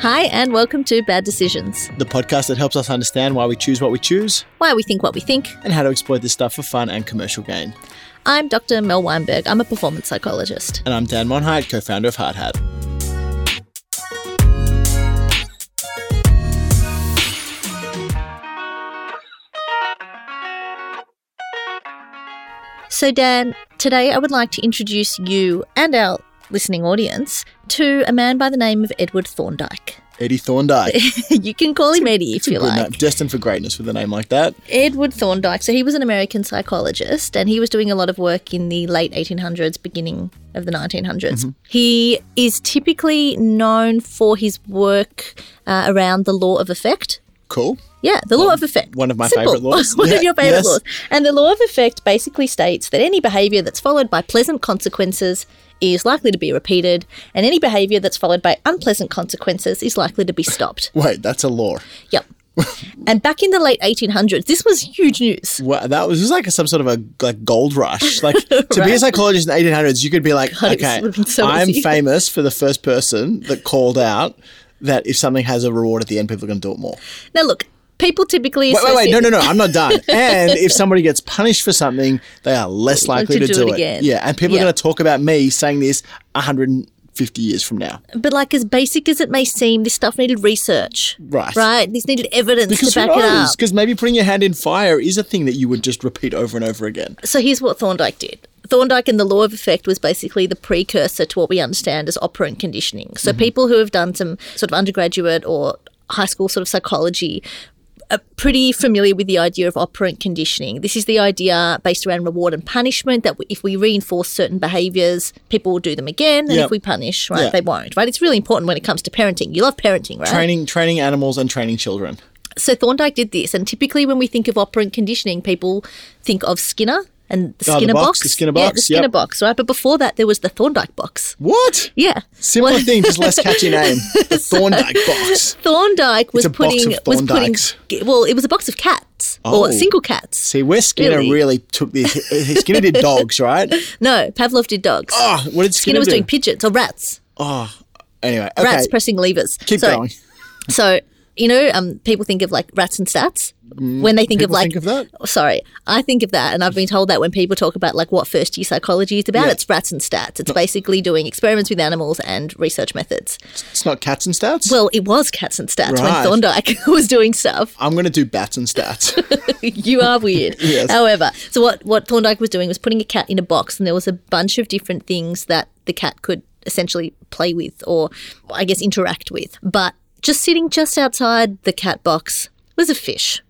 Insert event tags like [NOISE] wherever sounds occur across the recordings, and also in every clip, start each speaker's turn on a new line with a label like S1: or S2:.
S1: Hi, and welcome to Bad Decisions,
S2: the podcast that helps us understand why we choose what we choose
S1: why we think what we think.
S2: and how to exploit this stuff for fun and commercial gain.
S1: I'm Dr. Mel Weinberg. I'm a performance psychologist.
S2: And I'm Dan Monheit, co founder of Hard Hat.
S1: So, Dan, today I would like to introduce you and our listening audience to a man by the name of Edward Thorndike. [LAUGHS]
S2: Eddie Thorndike.
S1: you can call him Eddie if you
S2: Good
S1: like.
S2: name. Destined for greatness with a name like that.
S1: Edward Thorndike. So he was an American psychologist and he was doing a lot of work in the late 1800s, beginning of the 1900s.
S2: Mm-hmm.
S1: He is typically known for his work uh, around the law of effect.
S2: Cool.
S1: Yeah, the law of effect.
S2: one of my
S1: Simple.
S2: favourite
S1: [LAUGHS]
S2: laws.
S1: one of
S2: Yeah,
S1: your favorite
S2: yes.
S1: laws. And the law of effect basically states that any behavior that's followed by pleasant consequences is likely to be repeated, and any behavior that's followed by unpleasant consequences is likely to be
S2: [LAUGHS]
S1: stopped.
S2: Wait, that's a law.
S1: Yep. and back in the late 1800s, this was huge news.
S2: Wow, that was just like some sort of a like gold
S1: [LAUGHS]
S2: rush. Like to be a psychologist in the 1800s, you could be like,
S1: God, it
S2: okay,
S1: would've been so
S2: I'm
S1: easy.
S2: famous for the first person that called out that if something has a reward at the end, people are going to do it more.
S1: Now, look, people typically
S2: Wait, wait, wait. No,
S1: associate-
S2: no, no. I'm not
S1: [LAUGHS]
S2: done. And if somebody gets punished for something, they are less likely to, do, it.
S1: again.
S2: Yeah. And people
S1: Yeah.
S2: are going to talk about me saying this 150 years from now.
S1: But like, as basic as it may seem, this stuff needed research.
S2: Right.
S1: Right. This needed evidence
S2: Because
S1: to
S2: who
S1: back it up.
S2: knows? Because maybe putting your hand in fire is a thing that you would just repeat over and over again.
S1: So here's what Thorndike did. Thorndike and the law of effect was basically the precursor to what we understand as operant conditioning.
S2: Mm-hmm.
S1: So people who have done some sort of undergraduate or high school sort of psychology are pretty familiar with the idea of operant conditioning. This is the idea based around reward and punishment that if we reinforce certain behaviors, people will do them again, and
S2: Yeah.
S1: if we punish, right,
S2: Yeah.
S1: they won't. Right? It's really important when it comes to parenting. You love parenting, right?
S2: Training, training animals and training children.
S1: So Thorndike did this, and typically when we think of operant conditioning, people think of Skinner and the
S2: Oh, the
S1: Skinner
S2: box,
S1: box,
S2: the Skinner
S1: yeah, the
S2: box,
S1: Skinner
S2: yep.
S1: box, right? But before that, there was the Thorndike box.
S2: What?
S1: Yeah,
S2: Similar
S1: Well,
S2: thing, just less
S1: [LAUGHS]
S2: catchy name. The Thorndike box.
S1: Thorndike was
S2: a box
S1: putting
S2: of
S1: was putting
S2: Thorndikes.
S1: well, it was a box of cats
S2: Oh.
S1: or single cats.
S2: See, where Skinner
S1: Really?
S2: really, took the Skinner
S1: [LAUGHS]
S2: did dogs, right?
S1: No, Pavlov did dogs.
S2: Oh, what did Skinner,
S1: Skinner was
S2: do?
S1: doing pigeons or rats.
S2: oh, anyway, okay.
S1: Rats pressing levers.
S2: Keep
S1: Sorry.
S2: going.
S1: So, you know, um, people think of like rats and stats when they think of
S2: Mm. People
S1: like.
S2: think of that?
S1: Sorry, I think of that, and I've been told that when people talk about like what first year psychology is about,
S2: Yeah.
S1: it's rats and stats. It's basically doing experiments with animals and research methods.
S2: It's not cats and stats.
S1: Well, it was cats and stats when
S2: Right.
S1: Thorndike [LAUGHS] was doing stuff.
S2: I'm going to do bats and stats.
S1: [LAUGHS] you are weird.
S2: [LAUGHS] Yes.
S1: However, so what what Thorndike was doing was putting a cat in a box, and there was a bunch of different things that the cat could essentially play with, or I guess interact with. But just sitting just outside the cat box was a fish,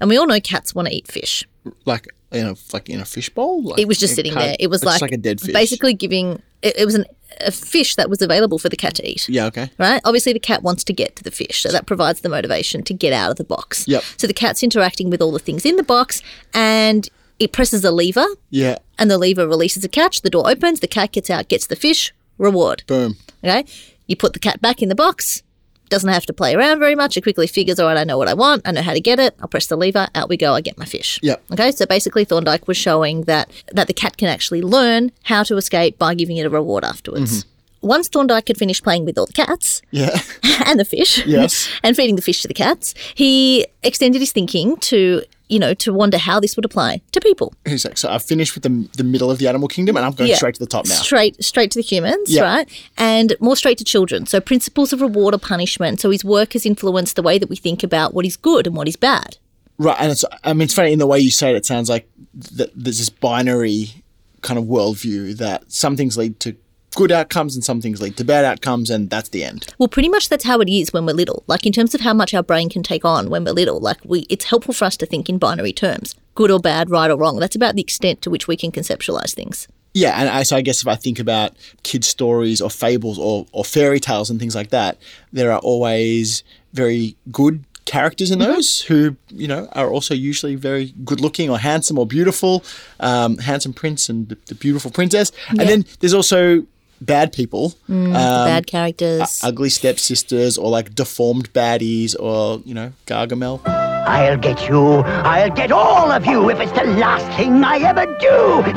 S1: and we all know cats want to eat fish.
S2: like in a like in a fish bowl. Like
S1: It was just
S2: a
S1: sitting
S2: card-
S1: there. It was
S2: it's
S1: like
S2: like a dead fish.
S1: basically giving. It, it was an, a fish that was available for the cat to eat.
S2: Yeah. Okay.
S1: right? Obviously, the cat wants to get to the fish, so that provides the motivation to get out of the box.
S2: Yep.
S1: So the cat's interacting with all the things in the box, and it presses a lever,
S2: Yeah.
S1: and the lever releases a catch. The door opens, the cat gets out, gets the fish, reward.
S2: Boom.
S1: Okay, you put the cat back in the box. Doesn't have to play around very much. It quickly figures, all right, I know what I want. I know how to get it. I'll press the lever. Out we go. I get my fish.
S2: Yep.
S1: Okay. So basically, Thorndike was showing that that the cat can actually learn how to escape by giving it a reward afterwards.
S2: Mm-hmm.
S1: Once Thorndike had finished playing with all the cats,
S2: Yeah. [LAUGHS]
S1: [LAUGHS] and the fish.
S2: Yes.
S1: [LAUGHS] and feeding the fish to the cats. He extended his thinking to, you know, to wonder how this would apply to people.
S2: He's like, so I finished with the the middle of the animal kingdom, and I'm going
S1: Yeah.
S2: straight to the top now.
S1: Straight straight to the humans,
S2: Yeah.
S1: right? And more straight to children. So principles of reward or punishment. So his work has influenced the way that we think about what is good and what is bad.
S2: Right. And it's I mean, it's funny in the way you say it. It sounds like th- there's this binary kind of worldview that some things lead to good outcomes and some things lead to bad outcomes, and that's the end.
S1: Well, pretty much that's how it is when we're little. Like in terms of how much our brain can take on when we're little, like we it's helpful for us to think in binary terms. Good or bad, right or wrong. That's about the extent to which we can conceptualize things.
S2: Yeah, and I, so I guess if I think about kids' stories or fables or, or fairy tales and things like that, there are always very good characters in those who you know are also usually very good looking or handsome or beautiful, um, handsome prince and the, the beautiful princess. And then there's also bad people, um,
S1: bad characters.
S2: ugly stepsisters or like deformed baddies or you know Gargamel.
S3: I'll get you. I'll get all of you if it's [LAUGHS] the last thing I ever do.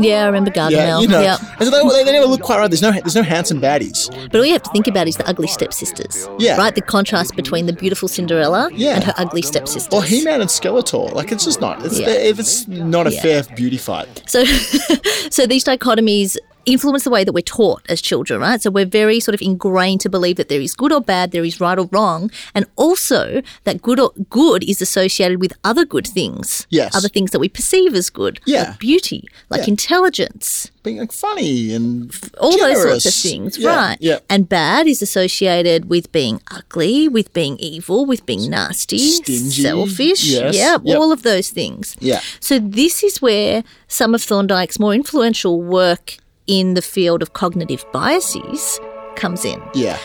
S1: Yeah, I remember Gargamel.
S2: Yeah,
S1: Yeah,
S2: you know. And so they, they never look quite right. There's no there's no handsome baddies.
S1: But all you have to think about is the ugly stepsisters.
S2: Yeah.
S1: Right? The contrast between the beautiful Cinderella
S2: Yeah.
S1: and her ugly stepsisters.
S2: Or He Man and Skeletor. Like it's just not. It's
S1: Yeah.
S2: if it's not a
S1: Yeah.
S2: fair beauty fight.
S1: So, [LAUGHS] so these dichotomies influence the way that we're taught as children, right? So we're very sort of ingrained to believe that there is good or bad, there is right or wrong, and also that good or good is associated with other good things.
S2: Yes.
S1: Other things that we perceive as good.
S2: Yeah.
S1: Like beauty, like
S2: Yeah.
S1: intelligence,
S2: Being like funny and
S1: all those sorts of
S2: generous.
S1: things,
S2: Yeah,
S1: right?
S2: Yeah.
S1: And bad is associated with being ugly, with being evil, with being nasty,
S2: Stingy,
S1: selfish,
S2: yes,
S1: yeah,
S2: yep.
S1: all of those things.
S2: Yeah.
S1: So this is where some of Thorndike's more influential work in the field of cognitive biases comes in,
S2: Yeah.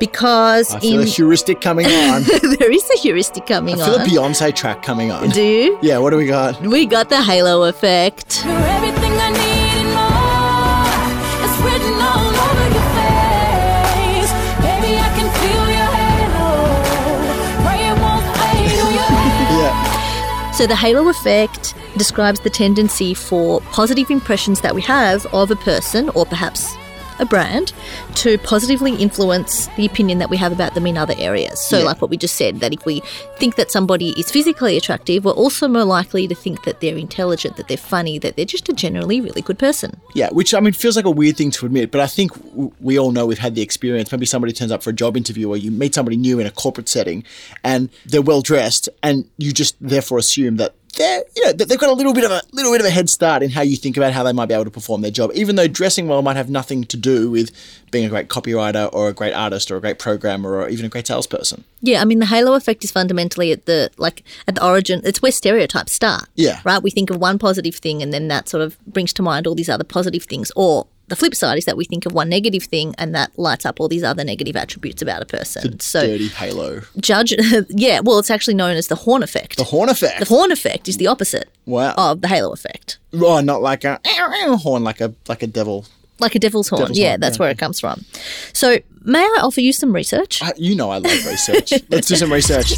S1: because
S2: I feel
S1: in
S2: a heuristic
S1: [LAUGHS]
S2: coming on.
S1: there is a heuristic coming
S2: I feel a
S1: on.
S2: Beyonce track coming on.
S1: Do you?
S2: Yeah, what do we got?
S1: We got the halo effect.
S4: You're everything I need and more. It's written all over your face. Baby, I can feel your halo. Pray it won't fade on your head.
S2: Yeah.
S1: So, the halo effect describes the tendency for positive impressions that we have of a person or perhaps a brand to positively influence the opinion that we have about them in other areas. So,
S2: Yeah.
S1: like what we just said, that if we think that somebody is physically attractive, we're also more likely to think that they're intelligent, that they're funny, that they're just a generally really good person.
S2: Yeah, which I mean feels like a weird thing to admit, but I think w- we all know we've had the experience. Maybe somebody turns up for a job interview or you meet somebody new in a corporate setting and they're well dressed and you just therefore assume that they're, you know, that they've got a little bit of a little bit of a head start in how you think about how they might be able to perform their job, even though dressing well might have nothing to do with being a great copywriter or a great artist or a great programmer or even a great salesperson.
S1: Yeah, I mean the halo effect is fundamentally at the like at the origin. It's where stereotypes start.
S2: Yeah.
S1: right. We think of one positive thing, and then that sort of brings to mind all these other positive things. Or the flip side is that we think of one negative thing, and that lights up all these other negative attributes about a person. so
S2: Dirty halo.
S1: [LAUGHS] judge, yeah. Well, it's actually known as the horn effect.
S2: The horn effect.
S1: The horn effect is the opposite
S2: Wow.
S1: of the halo effect,
S2: Oh, not like a [LAUGHS] ow, ow, horn, like a like a devil.
S1: like a devil's horn.
S2: Devil's
S1: yeah,
S2: horn,
S1: that's
S2: yeah,
S1: where it comes from. So may I offer you some research?
S2: I, you know, I love research.
S1: [LAUGHS]
S2: Let's do some research.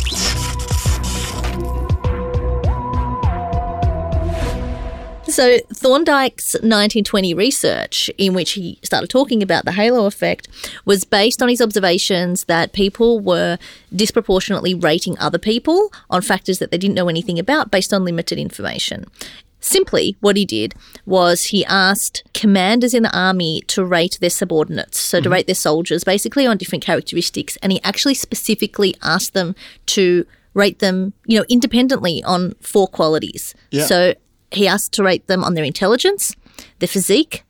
S1: So Thorndike's 1920 research, in which he started talking about the halo effect, was based on his observations that people were disproportionately rating other people on factors that they didn't know anything about based on limited information. Simply, what he did was he asked commanders in the army to rate their subordinates, so to rate their soldiers basically on different characteristics, and he actually specifically asked them to rate them, you know, independently on four qualities.
S2: Yeah.
S1: So he asked to rate them on their intelligence, their physique,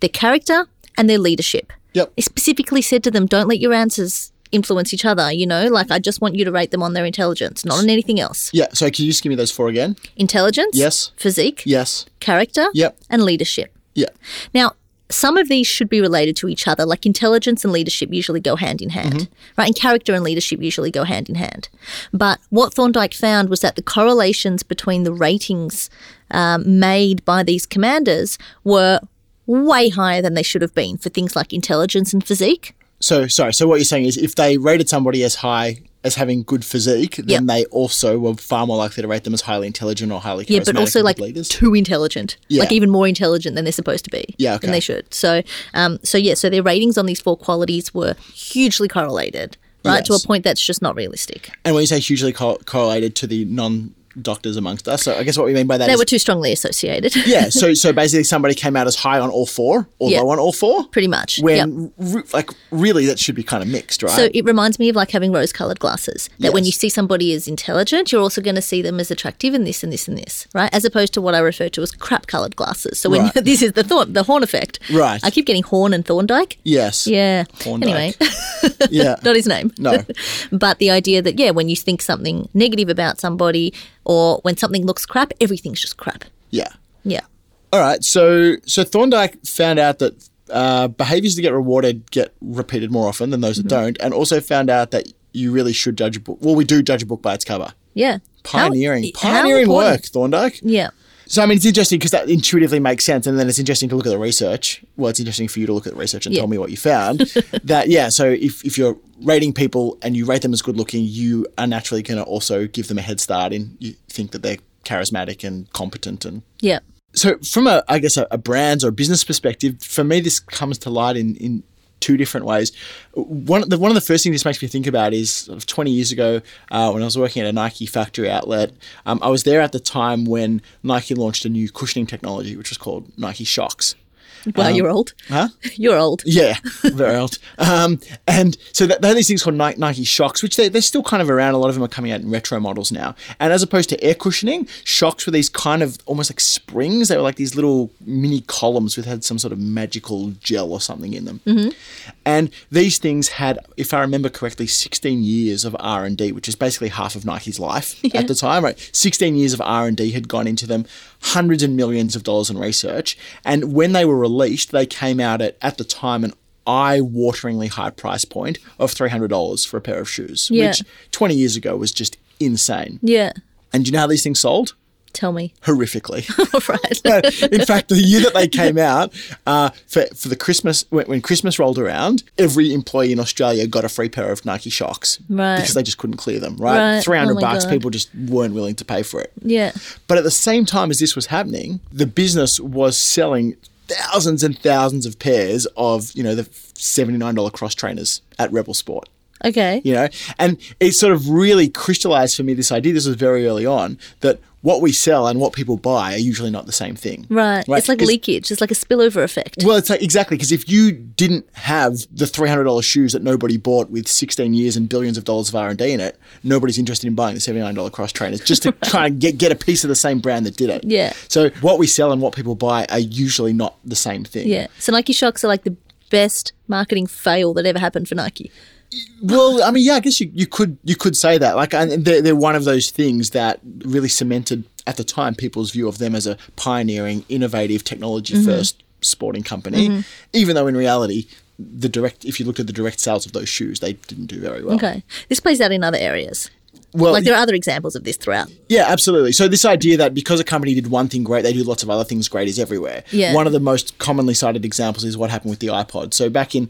S1: their character, and their leadership.
S2: Yep.
S1: He specifically said to them, don't let your answers influence each other, you know? Like, I just want you to rate them on their intelligence, not on anything else.
S2: Yeah. So can you just give me those four again?
S1: Intelligence,
S2: Yes.
S1: physique,
S2: Yes.
S1: character,
S2: Yep.
S1: and leadership.
S2: Yeah.
S1: Now, some of these should be related to each other, like intelligence and leadership usually go hand in hand,
S2: Mm-hmm.
S1: right? And character and leadership usually go hand in hand. But what Thorndike found was that the correlations between the ratings um, made by these commanders were way higher than they should have been for things like intelligence and physique.
S2: So sorry. So what you're saying is, if they rated somebody as high as having good physique, then
S1: Yep.
S2: they also were far more likely to rate them as highly intelligent or highly charismatic
S1: Yeah, but also
S2: and
S1: like
S2: good leaders.
S1: too intelligent,
S2: Yeah.
S1: like even more intelligent than they're supposed to be.
S2: Yeah, okay.
S1: than they should. So, um, so yeah, so their ratings on these four qualities were hugely correlated, right? To a
S2: Yes.
S1: point that's just not realistic.
S2: and when you say hugely co- correlated to the non doctors amongst us, so I guess what we mean by that
S1: They
S2: is-
S1: were too strongly associated.
S2: yeah. So so basically, somebody came out as high on all four or
S1: Yeah.
S2: low on all four.
S1: [LAUGHS] Pretty much. yep.
S2: When re- like really, that should be kind of mixed, right?
S1: So it reminds me of like having rose colored glasses. That when
S2: Yes.
S1: you see somebody as intelligent, you're also going to see them as attractive and this and this and this, right? As opposed to what I refer to as crap colored glasses. So when
S2: Right.
S1: [LAUGHS] this is the thorn, the horn effect.
S2: Right.
S1: I keep getting horn and Thorndike.
S2: yes.
S1: Yeah.
S2: Thorndike.
S1: Anyway, [LAUGHS]
S2: Yeah.
S1: not his name.
S2: No.
S1: [LAUGHS] but the idea that yeah, when you think something negative about somebody, or when something looks crap, everything's just crap.
S2: yeah.
S1: Yeah.
S2: All right, so so Thorndike found out that uh, behaviors that get rewarded get repeated more often than those
S1: Mm-hmm.
S2: that don't, and also found out that you really should judge a book. Well, we do judge a book by its cover.
S1: Yeah. How-
S2: Pioneering,
S1: how
S2: pioneering
S1: important-
S2: work, Thorndike.
S1: Yeah.
S2: So I mean, it's interesting because that intuitively makes sense, and then it's interesting to look at the research. Well, it's interesting for you to look at the research and
S1: Yeah.
S2: tell me what
S1: [LAUGHS]
S2: you found. that yeah, so if if you're rating people and you rate them as good looking, you are naturally going to also give them a head start, and you think that they're charismatic and competent and
S1: Yeah.
S2: so from a I guess a, a brand's or a business perspective, for me this comes to light in in two different ways. One of the one of the first things this makes me think about is sort of 20 years ago uh, when I was working at a Nike factory outlet. Um, I was there at the time when Nike launched a new cushioning technology, which was called Nike Shocks.
S1: Wow, you're old.
S2: Um, Huh?
S1: [LAUGHS] You're old.
S2: [LAUGHS] Yeah, very old. Um, and so that, they had these things called Nike, Nike Shocks, which they, they're still kind of around. A lot of them are coming out in retro models now. And as opposed to air cushioning, shocks were these kind of almost like springs. They were like these little mini columns with had some sort of magical gel or something in them. And these things had, if I remember correctly, 16 years of R and D, which is basically half of Nike's
S1: [LAUGHS]
S2: life at the time. Right, 16 years of R and D had gone into them, hundreds and millions of dollars in research. And when they were released, they came out at at the time an eye-wateringly high price point of $300 for a pair of shoes,
S1: Yeah.
S2: which 20 years ago was just insane.
S1: Yeah.
S2: And do you know how these things sold?
S1: Tell me.
S2: Horrifically.
S1: [LAUGHS]
S2: [LAUGHS]
S1: All right.
S2: in fact, the year that they came out uh, for for the Christmas when, when Christmas rolled around, every employee in Australia got a free pair of Nike Shocks
S1: Right.
S2: because they just couldn't clear them. Right,
S1: Right.
S2: three hundred
S1: Oh my
S2: bucks.
S1: God.
S2: People just weren't willing to pay for it.
S1: yeah.
S2: But at the same time as this was happening, the business was selling thousands and thousands of pairs of you know the seventy nine dollar cross trainers at Rebel Sport
S1: Okay.
S2: you know and it sort of really crystallized for me this idea this was very early on that what we sell and what people buy are usually not the same thing
S1: Right. It's like
S2: 'Cause-
S1: leakage. It's like a spillover effect.
S2: well, it's like exactly because if you didn't have the three hundred dollars shoes that nobody bought with sixteen years and billions of dollars of R and D in it, nobody's interested in buying the seventy nine dollar cross trainers just
S1: [LAUGHS]
S2: to try and get get a piece of the same brand that did it.
S1: Yeah.
S2: So what we sell and what people buy are usually not the same thing.
S1: Yeah. So Nike shocks are like the best marketing fail that ever happened for Nike.
S2: Well, I mean, yeah, I guess you, you could you could say that. Like, and they're, they're one of those things that really cemented at the time people's view of them as a pioneering, innovative, technology
S1: Mm-hmm.
S2: first sporting company. Even though in reality, the direct if you looked at the direct sales of those shoes, they didn't do very well.
S1: Okay. This plays out in other areas.
S2: Well,
S1: Like there are other examples of this throughout.
S2: yeah, absolutely. So this idea that because a company did one thing great, they do lots of other things great is everywhere.
S1: Yeah.
S2: One of the most commonly cited examples is what happened with the iPod. So back in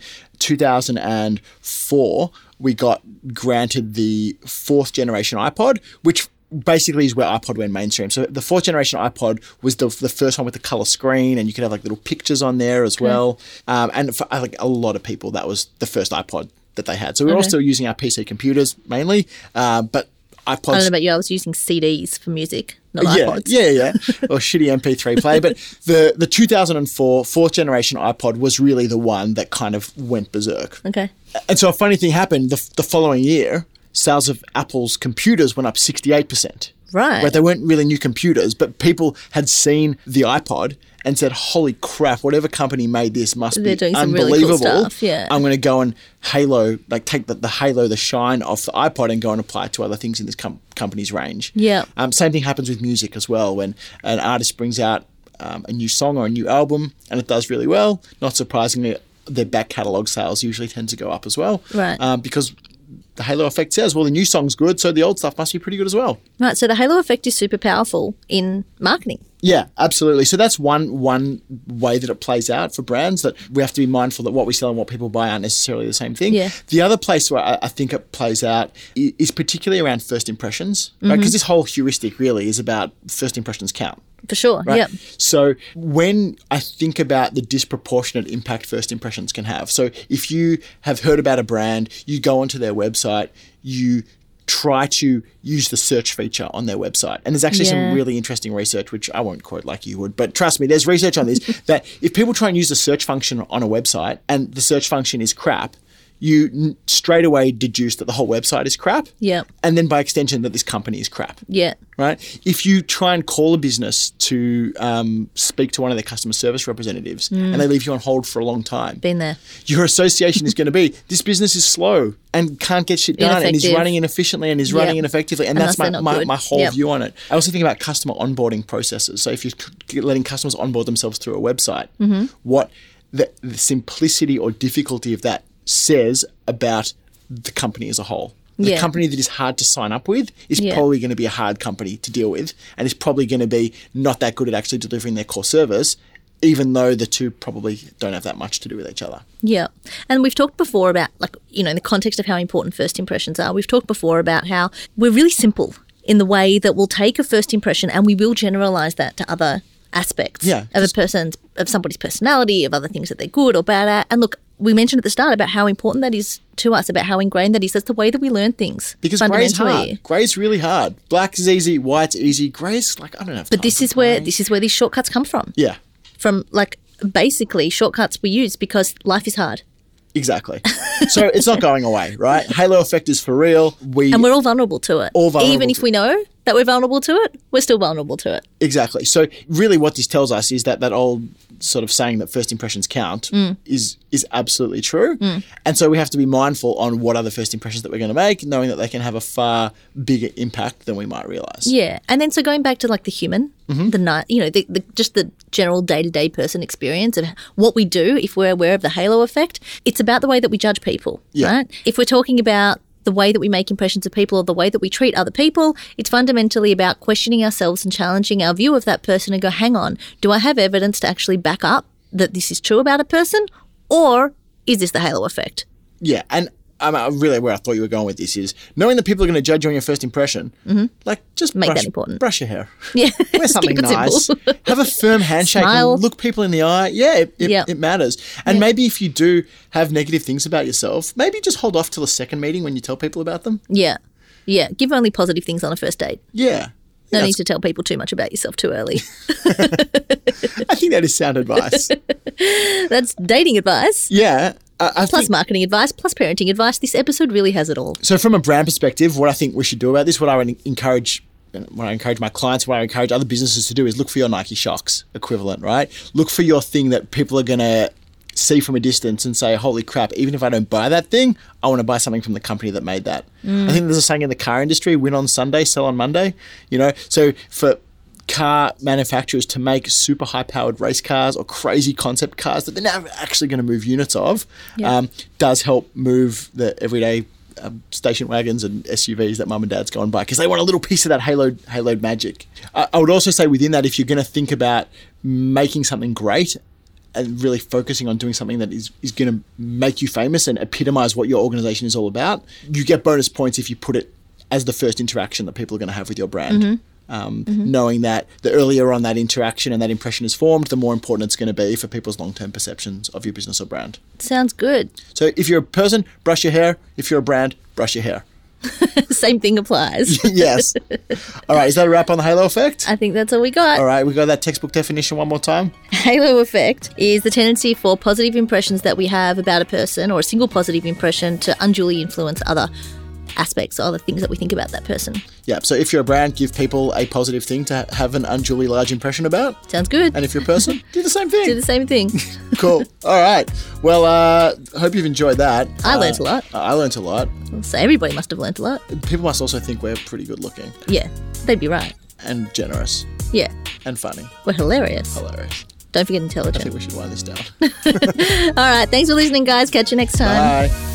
S2: 2004, we got granted the fourth generation iPod, which basically is where iPod went mainstream. So the fourth generation iPod was the, the first one with the color screen and you could have like little pictures on there as well. Um, and for I think a lot of people, that was the first iPod that they had. So we were all
S1: Okay.
S2: still using our PC computers mainly, uh, but iPods
S1: I don't know about you. I was using CDs for music, not
S2: yeah,
S1: iPods.
S2: Yeah, yeah, or shitty MP3 player. But the the 2004 fourth generation iPod was really the one that kind of went berserk.
S1: Okay.
S2: And so a funny thing happened the, the following year. Sales of Apple's computers went up 68%.
S1: Right.
S2: Right. They weren't really new computers, but people had seen the iPod and said, holy crap, whatever company made this must
S1: They're
S2: be
S1: doing some really cool
S2: unbelievable.
S1: stuff, yeah.
S2: I'm going to go and halo, like take the, the halo, the shine off the iPod and go and apply it to other things in this com- company's range.
S1: Yeah.
S2: Um, same thing happens with music as well. When an artist brings out um, a new song or a new album and it does really well, not surprisingly, their back catalog sales usually tend to go up as well.
S1: Right.
S2: Um, because the halo effect says, well, the new song's good, so the old stuff must be pretty good as well.
S1: Right. So the halo effect is super powerful in marketing.
S2: Yeah, absolutely. So that's one one way that it plays out for brands that we have to be mindful that what we sell and what people buy aren't necessarily the same thing.
S1: Yeah.
S2: The other place where I, I think it plays out i- is particularly around first impressions, right?
S1: Mm-hmm.
S2: Because this whole heuristic really is about first impressions count.
S1: For sure.
S2: Right?
S1: Yep.
S2: So when I think about the disproportionate impact first impressions can have. So if you have heard about a brand, you go onto their website, you try to use the search feature on their website. And there's actually
S1: Yeah.
S2: some really interesting research, which I won't quote like you would, but trust me, there's research
S1: [LAUGHS]
S2: on this that if people try and use the search function on a website and the search function is crap, you n- straight away deduce that the whole website is crap.
S1: Yep.
S2: And then by extension, that this company is crap
S1: Yeah.
S2: right? If you try and call a business to um, speak to one of their customer service representatives and they leave you on hold for a long time,
S1: Been there.
S2: your association is going to be this business is slow and can't get shit done and is
S1: Ineffective.
S2: running inefficiently and is running
S1: Yep.
S2: ineffectively. And
S1: Unless
S2: that's my,
S1: they're not
S2: my,
S1: good.
S2: my whole
S1: Yep.
S2: view on it. I also think about customer onboarding processes. So if you're c- letting customers onboard themselves through a website,
S1: Mm-hmm.
S2: what the, the simplicity or difficulty of that says about the company as a whole. The
S1: Yeah.
S2: company that is hard to sign up with is
S1: Yeah.
S2: probably going to be a hard company to deal with, and is probably going to be not that good at actually delivering their core service, even though the two probably don't have that much to do with each other.
S1: Yeah. And we've talked before about, like, you know, in the context of how important first impressions are, we've talked before about how we're really simple in the way that we'll take a first impression and we will generalize that to other aspects
S2: Yeah,
S1: of a
S2: just-
S1: person's of somebody's personality, of other things that they're good or bad at. And look, we mentioned at the start about how important that is to us, about how ingrained that is. That's the way that we learn things.
S2: Because grey's
S1: fundamentally.
S2: hard. Grey's really hard. Black's easy. White's easy. Grey's like I don't know.
S1: But this is where this is where these shortcuts come from.
S2: Yeah,
S1: From like basically shortcuts we use because life is hard.
S2: exactly. so it's not going away, [LAUGHS] right? Halo effect is for real. We
S1: And we're all vulnerable to it.
S2: All vulnerable
S1: Even if
S2: to
S1: we know that we're vulnerable to it, we're still vulnerable to it.
S2: exactly. So really, what this tells us is that that old sort of saying that first impressions count
S1: Mm.
S2: is is absolutely true. And so we have to be mindful on what are the first impressions that we're going to make, knowing that they can have a far bigger impact than we might realize.
S1: Yeah, and then so going back to like the human,
S2: Mm-hmm.
S1: the night, you know, the, the just the general day to day person experience of what we do if we're aware of the halo effect. It's about the way that we judge people,
S2: Yeah.
S1: right? If we're talking about the way that we make impressions of people or the way that we treat other people, it's fundamentally about questioning ourselves and challenging our view of that person and go, hang on, do I have evidence to actually back up that this is true about a person, or is this the halo effect?
S2: Yeah, and I'm uh, really where I thought you were going with this is knowing that people are going to judge you on your first impression. Mm-hmm. Like, just
S1: Make that
S2: brush-
S1: important.
S2: Brush your hair.
S1: Yeah,
S2: [LAUGHS] Wear
S1: Just
S2: something
S1: keep it
S2: nice.
S1: simple.
S2: [LAUGHS] Have a firm handshake.
S1: Smile.
S2: And look people in the eye. Yeah, it, it,
S1: Yeah.
S2: it matters. And maybe if you do have negative things about yourself, maybe just hold off till the second meeting when you tell people about them.
S1: yeah, yeah. Give only positive things on a first date.
S2: Yeah.
S1: No
S2: Yeah,
S1: need to tell people too much about yourself too early. [LAUGHS]
S2: I think that is sound advice.
S1: That's dating advice,
S2: yeah. I, I
S1: plus
S2: think-
S1: marketing advice, plus parenting advice. This episode really has it all.
S2: so from a brand perspective, what I think we should do about this, what I would encourage, what I encourage my clients, what I encourage other businesses to do is look for your Nike shocks equivalent, right? Look for your thing that people are gonna see from a distance and say, "Holy crap! Even if I don't buy that thing, I want to buy something from the company that made that." I think there's a saying in the car industry: "Win on Sunday, sell on Monday." You know, so for car manufacturers to make super high powered race cars or crazy concept cars that they're never actually going to move units of
S1: Yeah.
S2: um, does help move the everyday um, station wagons and SUVs that mum and dad's go and buy because they want a little piece of that halo haloed magic. I I would also say within that, if you're going to think about making something great and really focusing on doing something that is, is going to make you famous and epitomize what your organization is all about, you get bonus points if you put it as the first interaction that people are going to have with your brand. Um,
S1: Mm-hmm.
S2: Knowing that the earlier on that interaction and that impression is formed, the more important it's going to be for people's long term perceptions of your business or brand.
S1: Sounds good. [LAUGHS]
S2: So if you're a person, brush your hair. If you're a brand, brush your hair. [LAUGHS]
S1: Same thing applies. [LAUGHS]
S2: yes. All right. Is that a wrap on the halo effect?
S1: I think that's all we got.
S2: All right. We got that textbook definition one more time.
S1: Halo effect is the tendency for positive impressions that we have about a person or a single positive impression to unduly influence other aspects or other things that we think about that person.
S2: Yeah. So if you're a brand, give people a positive thing to ha- have an unduly large impression about.
S1: Sounds good.
S2: And if you're a person,
S1: [LAUGHS]
S2: do the same thing.
S1: Do the same
S2: [LAUGHS]
S1: thing. [LAUGHS]
S2: cool. All right. Well, uh, hope you've enjoyed that.
S1: I
S2: Uh,
S1: learnt a lot.
S2: I learnt a lot.
S1: so everybody must have learnt a lot.
S2: People must also think we're pretty good looking
S1: Yeah, they'd be right.
S2: and generous
S1: Yeah,
S2: and funny.
S1: we're hilarious.
S2: Hilarious.
S1: Don't forget
S2: I think
S1: intelligent.
S2: we should wind this down.
S1: All right, thanks for listening, guys. Catch you next time.
S2: Bye.